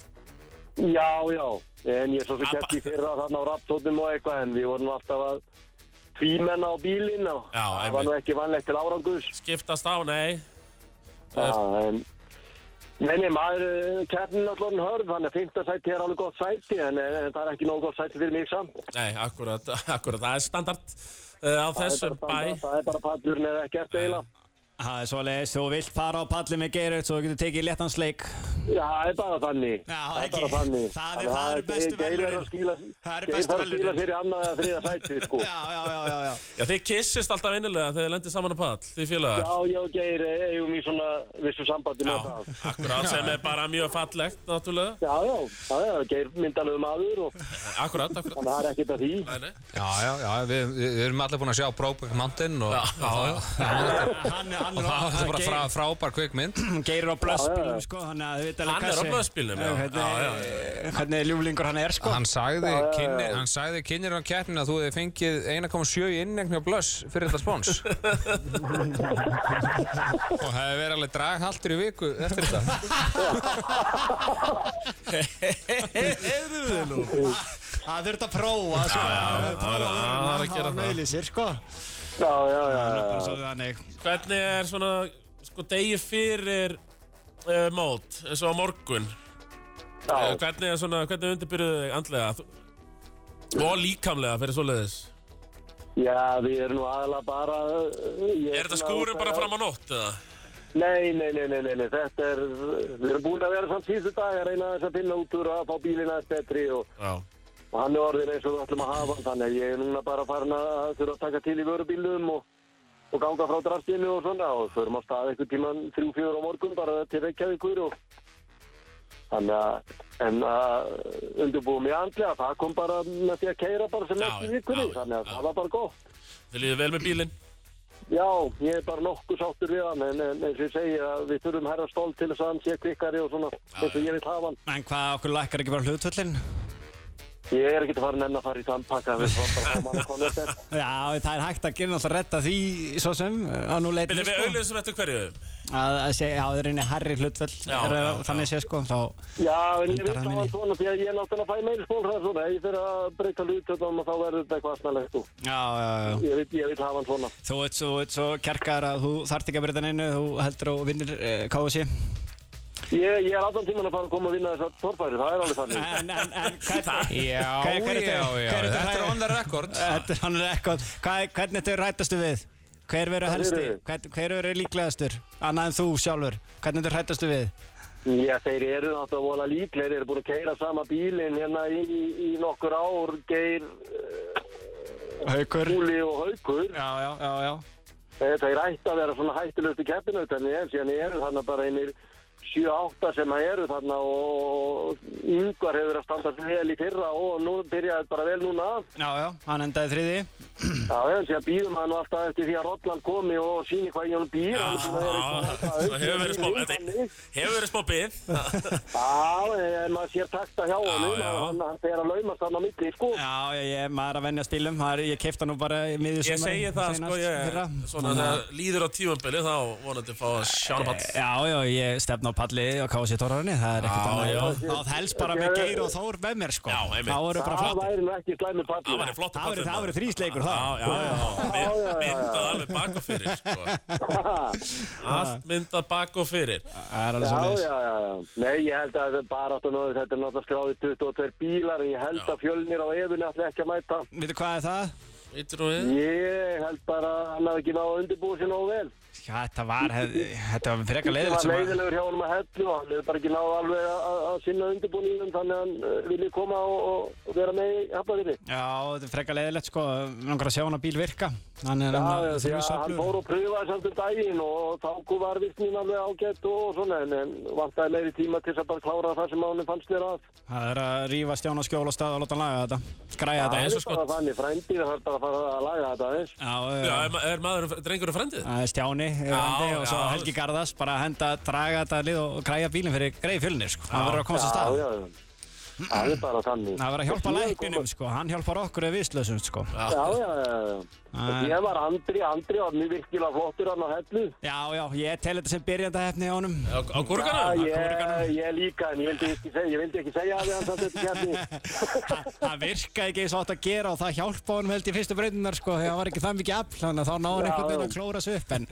Já, já, en ég svo sem keppt í fyrra þarna á raptótum og eitthvað en við vorum alltaf að tvímenna á bílinn og
Já,
það
einmitt.
var nú ekki vanlegt til árangus.
Skiptast á, nei
Já, en... Nei, nei, maður eh, kefnin alltaf orðin hörð, þannig að fymta sæti er alveg gott sæti, en, eh, en, en það er ekki nóg gott sæti fyrir mig samt.
Nei, akkurat, akkurat, það er standard uh, á þessum bæ
Það er bara pallurinn eða ekkert eiginlega.
Það er svoleiðis, þú vilt fara á palli með Geirut svo þú getur tekið léttansleik
Já, það er bara þannig.
Já,
það er
ekki.
bara þannig.
Það er-
Þannig
það
að
eru bestu
Geir- Geir er
velurinn.
að skýla-
Það eru
Geir
bestu
þarf að skýla
velurinn.
fyrir annað eða þriða sæti, sko.
Já, já, já, já, já.
Já, þið kissist alltaf innilega þegar þið lendir saman á pall, þið
Já,
félagar
ég og Geir eh, eigum í svona vissu sambandi með það.
akkurat, sem er bara mjög fallegt, náttúrulega
Já, já, já, já, Geir myndalegu maður og
Akkurat, akkurat
þannig að það er ekkert að því.
Nei, nei.
Já, já, já, við, við erum allir búin að sjá Brokeback Mountain og, og,
Hann, hann,
og það er bara
Geir-
frá, frábær kvikmynd
Geir er á blöðspilum sko, þannig að þið veit alveg
Hann er á blöðspilnum, já. Já, já,
Hvernig, hvernig ljúflingur hann er sko
Hann sagði, kynni, hann sagði kynir á keppninu að þú hefði fengið 1,7 í innegni á blöss fyrir þetta spons og hefði verið alveg draghaltur í viku eftir þetta
Það þurft að prófa sko Það þurft að prófa
það var að
að
gera
hann
það.
meili sér sko
Já, já, já, já.
Bara svo þannig
Hvernig er svona, sko, degi fyrir uh, mót, eins og á morgun uh, Hvernig er svona, hvernig undirbyrðu þig andlega Þú- og líkamlega fyrir svoleiðis
Já, við erum nú aðalega bara... eh,
Er þetta skúrin bara fram á nótt, eða?
Nei, nei, nei, nei, nei, nei, þetta er... Við erum búin að vera samt síðustu dag að reyna þess að finna út úr að fá bílina þess betri og,
Já
og hann er orðin eins og við ætlum að hafa hann, þannig að ég er núna bara farin að þurfa að taka til í vörubílum og, og ganga frá draftinu og svona og förum á stað einhvern tíman þrjú, fjör á morgun bara til Reykjavíkur og þannig að en að undirbúum ég andlega það kom bara með því að keira bara sem
Já,
ekki vikunni,
já,
þannig að
já.
það var bara gott
Þið líður vel með bílinn?
Já, ég er bara nokkuð sáttur við hann en, en eins og ég segi að við þurfum herra stól til þess að hann sé kvikkari og svona eins og ég vil hafa hann.
En hvað, okkur lækkar ekki bara hlutvöllin?
Ég er ekkert að fara nenn að fara í sandpakka við fórum bara að koma hann að konu eftir.
Já, það er hægt að gera alltaf að redda því svo sem að nú leitir
Við auðlýsum eftir hverju
að, að segja að það er einni herri hlutvöld
Já,
er,
já,
já, þannig sé sko þá,
Já, en ég vil
Endar hann
hafa
inn í-
hann svona því að ég er náttúrulega að fæ meiri spól hraða svona. Ef Ég fyrir að breyta lútöðum og þá verður þetta eitthvað snarlegt og
já, já, já.
ég vil, ég vil hafa hann svona.
þú ert svo, ert svo kjarkar að þú þarft ekki að breyta neinu þú heldur og vinnir uh, KFC
Ég, ég er allan tíman að fara að koma að vinna þessar torfæri, það er alveg þannig.
en, en, en hvað
Já,
Hver- hver
já,
er þetta-
já,
hver er þetta
þetta er
hræ-
on the record
Þetta er hann er eitthvað hvað, hvernig þau rætastu við hver verður
Hvað
helsti
eru?
hver, hver verður líklegastur annað en þú sjálfur hvernig þau rætastu við
Já, þeir eru náttúrulega vola líklegir, þeir eru búin að keira sama bílinn hérna í, í, í nokkur ár, geir,
Haukur
húli og haukur.
já, já, já, já.
Þetta er ætti að vera svona hættilegustu keppinautarnir en síðan eru þarna bara einir 7-8 sem að eru þarna og yngvar hefur verið að standa sig vel í fyrra og nú byrjaði bara vel núna.
Já, já, hann endaði þriði
Já, en síðan býðum hann nú alltaf eftir því að Rottland komi og síni hvað í honum býr.
Já,
Hann er búinn
já, það
að vera eitthvað að auka
hefur verið smá
þannig.
Hefur verið smá bið
Já, en maður sér takta hjá honum,
já.
hann, hann fer að laumast hann á milli, sko.
Já, ég, ég, maður er að venja stílum maður, Ég keipta nú bara í miðjum
Ég segi það sko ég, Svona
það
þegar líður á tímabili þá vonandi fá að sjá hann pall
Já, já, ég stefna á palli og kási tórarni, það er ekkert
Já,
annað.
já.
Já, Það helst bara með Geir og Þór með mér, sko.
Já, einmitt.
Þá eru bara
Það
flott.
væri nú ekki slæmi
Það
pallur.
væri flott
Það eru- það eru þrísleikur,
Já,
það.
já, já
já, já, já.
Myndað alveg bak og fyrir sko. Allt myndað bak og fyrir
Það er alveg
Já,
svolítið.
já, já, já. Nei, ég held að bara áttu náðu, þetta er náttúrulega skráðið 22 bílar en ég held að fjölnir á efinu ætli ekki að mæta.
Veitu hvað er það?
Ítur og við
Ég held bara að hann hafði ekki náðu að undirbúið sér nógu vel.
Já, þetta var, hef, þetta var frekar
Það
leiðilegt
var
sem að...
leiðilegur hjá honum að hellu og hann hefði bara ekki náðu alveg að- að að sinna undirbúinum þannig að hann eh, vilji koma og, og- og vera með í hafnaðinni.
Já, þetta er frekar leiðilegt, sko. Mér langar að sjá hann að bíl virka. Hann er
Já,
hann
já, því
þrjú
að hann
söflur.
fór og pröfaði samt um daginn og þá var vissnin alveg ágætt og og svona en, en vantaði meiri tíma til þess að bara klára það sem hann fannst þér að.
Það er að rífa stján og skjól og stað og láta hann laga þetta. Græja
Það
þetta.
er
svo
bara þannig, frændið þarf bara að fara að laga þetta aðeins.
Já,
Já,
já.
er, ma- er maður drengur og frendið?
Það er Stjáni yfirandi og svo
já.
Helgi Garðas bara að henda, draga þetta lið og græja bílinn fyrir greið fjölnir sko. Það verður að komast að stað.
Já, já, já. Það er bara þannig.
Það verður að hjálpa lækninum sko, hann hjálpar okkur eða viðslösum sko.
Já, já, já, já.
Æ,
Ég var Andri, Andri var mjög virkilega flottur hann á hellu.
Já, já, ég tel þetta sem byrjandahefni á honum
Á, á gúrkana?
Ah, ég, ég líka, en ég vildi ekki segja, ég vildi ekki segja að hann samt þetta kefni.
Þa- Það virkaði ekki eins og átt að gera og það hjálpa honum held í fyrstu breytunar sko þegar hann var ekki það mikið afl þannig að þá náði hann
Já,
einhvern veginn
já.
að klóra sig upp en,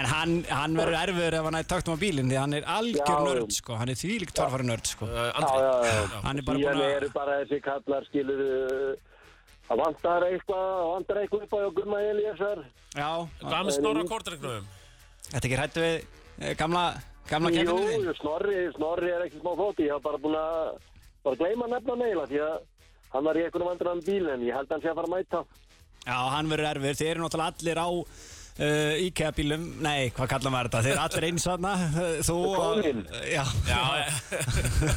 en hann, hann verður erfiður ef hann nætt taktum á bílinn því hann er algjör
Já, já.
nörd sko hann er þvílík torfari nörd sko
Uh, Andri,
Já, já, já.
hann er bara
Síðan
búin að
eru bara þessi kallar, skilur, að vantar eitthvað, það vantar eitthvað upp á hjá Gumma Elíasar.
já,
hvað með snorra um? kórtreiknum?
þetta ekki hrættu við eh, gamla, gamla
Jú,
keppinu þinn
snorri, snorri er ekki smá flóti, ég var bara búin að, bara gleyma að nefna neila, því að hann var í einhvern vandrann bíl, en ég held að hann sé að fara að mæta.
Já, hann verður erfiður þeir eru náttúrulega allir á uh, IKEA bílum, nei, hvað kallar maður þetta þeir eru allir eins aðna þú
Kólin.
Já,
Já, eh,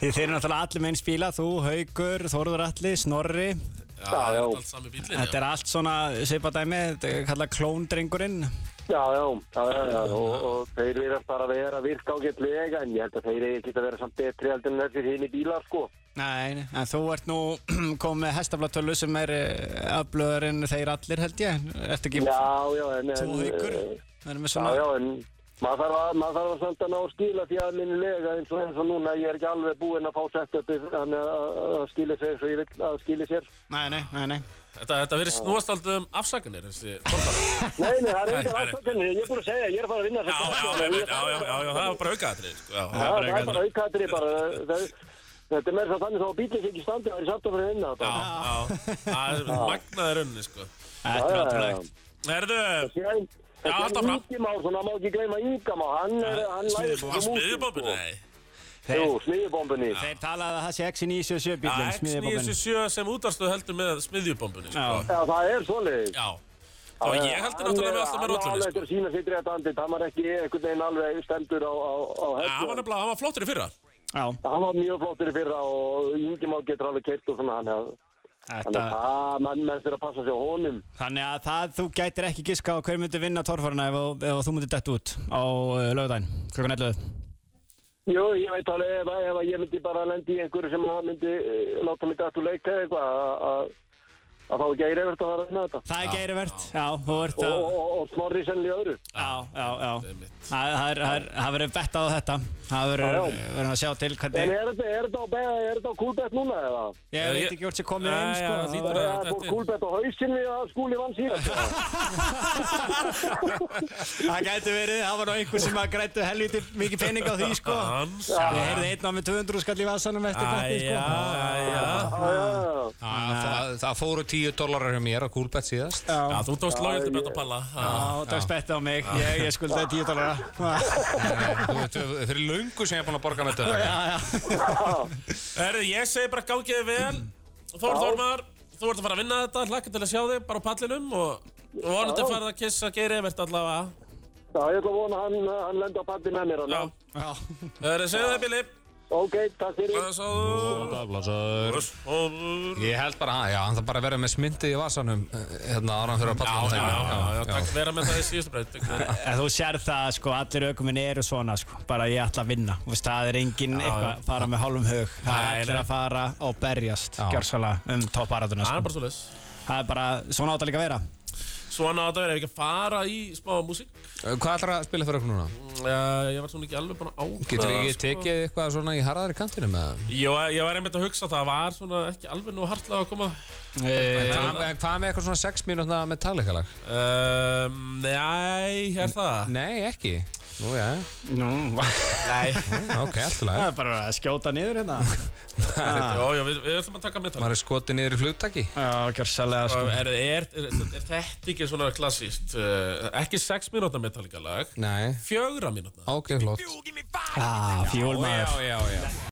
Þeir eru náttúrulega allir með eins bíla, þú, Haugur, Þorður Alli, Snorri
já, það er
já.
allt sami bílinn.
Þetta er allt svona seipadæmi, þetta er kallað klóndrengurinn.
Já, já, já, já, já. Og, og þeir verðast bara að vera virka á gett lega, en ég held að þeir eigi ekki að vera samt betri heldur en þessir hinn í bílar, sko.
Nei, en þú ert nú komið með hestaflatölu sem er öflöður en þeir allir held ég. Ertu ekki
Já, já, en... en,
þú haugur?
eh,
Það er með
Já,
svona...
já, en maður þarf, að, maður þarf að samt að ná að skila því að minnilega eins og eins og núna ég er ekki alveg búinn að fá sett upp þannig að, að- að skili sér eins og ég vil að skili sér.
Nei, nei, nei, nei.
Þetta, þetta verið snúast alltaf um afsakanir, þessi kórtara.
Nei, nei, það er
Nei,
eitthvað
nei.
aftakunni, ég er búinn að segja, ég er að fara að vinna
Já,
þess
já, já, já, já, já, já, það var bara aukaðatrið, sko. Já,
Já,
já,
það er bara aukaðri bara, það- þetta er meira svo þannig þá að bílið sé ekki í standi, það er samt að fara að vinna
já,
þetta.
já. Það er magnaði rauninni, sko.
Þetta er
já,
ótrúlegt.
Herðu,
Síðan-
Já,
þetta er
alltaf fram.
Ingimár, svona, má ekki gleyma Ingamár, hann er, hann lægir
smiðubomb- smiðubombin, nei.
Þeir,
sko. Jú, smiðubombunni.
þeir talaði að það sé X977
Já,
bílinn, smiðibókinn.
X97 sem útarstöð heldur með smiðjubombunni, sko.
Já.
Já, það er svoleiðis.
Já. Og ég heldur náttúrulega með alltaf með
eh, Hann
rótlunni,
er
sko.
alveg að sína sitt rétt andið, hann var ekki einhvern veginn alveg stendur á, á, á
Já, hann var
hefðu.
nefnilega, hann var flottur í fyrra.
Já,
Hann var mjög flottur í fyrra og Ingimár getur alveg keitt og svona hann. ja. Þannig
þetta...
að það, menn menn fyrir að passa sig á honum.
Þannig að það, þú gætir ekki giska á hver myndi vinna torfarina ef, þú- ef þú myndi dett út á uh, lögudaginn, klukkan 11.
Jú, ég veit alveg ef, ef að ég myndi bara lendi í einhverju sem hann myndi eh, láta mig dættu leika eða eitthvað að- að- að þá geir eftir að fara að finna þetta.
Það er geirivert, já, þú ert
Og,
að...
og, og snorri sennilega öðru.
Já, já, já.
Einmitt.
Það það er- það er- það verður bett á þetta. Það verður
Já, já.
verður að sjá til
En
hvernig...
er þetta- er þetta á be- er þetta á kúlbett núna eða?
Ég
ég-
veit ekki hvort sé komið
Nei,
einn,
já,
sko.
það
Það
hlýtur
verður-
að-
Það fór kúlbett á hausinn við að skúli vann síðan.
Það gæti verið, það var nú einhver sem að grættu helviti mikið pening á því, sko.
Hans.
Ég heyrði einn á með 200 skall í vasanum eftir þetta,
Æja,
sko.
æja.
Já, já, já.
Ah, Það, það, það fóru 10 dólarar hjá mér á Coolbet síðast
Já, þú tókst lágjöldi bett að palla. Já.
Já, dags betti á mig. Ég, ég skuldaði 10 dólara.
Þú veit, Þeir eru löngu sem ég er búin að borga með þetta
Já, já.
Herru, ég segi bara gangið þið vel. Þór Þormar, þú ert að fara að vinna þetta, hlakka til að sjá þig bara á pallinum og og vonandi farið að kissa Geir Evert allavega.
Já, ég ætla að vona að hann, hann lendi á paddi með mér hann.
Já.
Já.
Herru, segðu þið Bili.
Ok, takk fyrir.
Blessaður.
Blessaður.
Blessaður.
Ég held bara, já, hann þarf bara að vera með smyndið í vasanum eh, hérna ára hann fyrir að
Já,
palla
já, já, já, takk vera með það í síðustu breyt.
En Þú sér það, sko, allir aukuminn eru svona, sko. Bara ég ætla að vinna. Þú veist, það er engin eitthvað að fara með hálfum hug. Það er
Nei,
allir
nei.
að fara og berjast,
Já.
gjörsalega, um topparatuna,
Það
sko.
er bara svolítið.
Það er bara, svona átt að líka að vera.
Svona að það verið ekki að fara í smá músík.
já Hvað ætlar að spila fyrir okkur núna?
Eh, Ég var svona ekki alveg búin að ákvæða.
Getur ekki tekið eitthvað svona í harðari kantinum eða?
Jó, ég var einmitt að hugsa að það var svona ekki alveg nú hartlega að koma.
Eh,
Hvað með- hvað með eitthvað svona 6 mínútna metallikalag?
Um, nei, er það?
Nei, ekki Nú, já,
Nú,
Nei.
ok, allt í
það
lagi
er bara að skjóta niður hérna.
Jó, já, við, við ætlum að taka með það.
Maður er skotið niður í flugtaki
Já, gjörsalega, sko.
Er, er, er, er þetta ekki svona klassíst? Uh, ekki 6 mínúta metallica lag,
Nei
4 mínúta.
Ok, flott
Já, fjólmaður.
já, já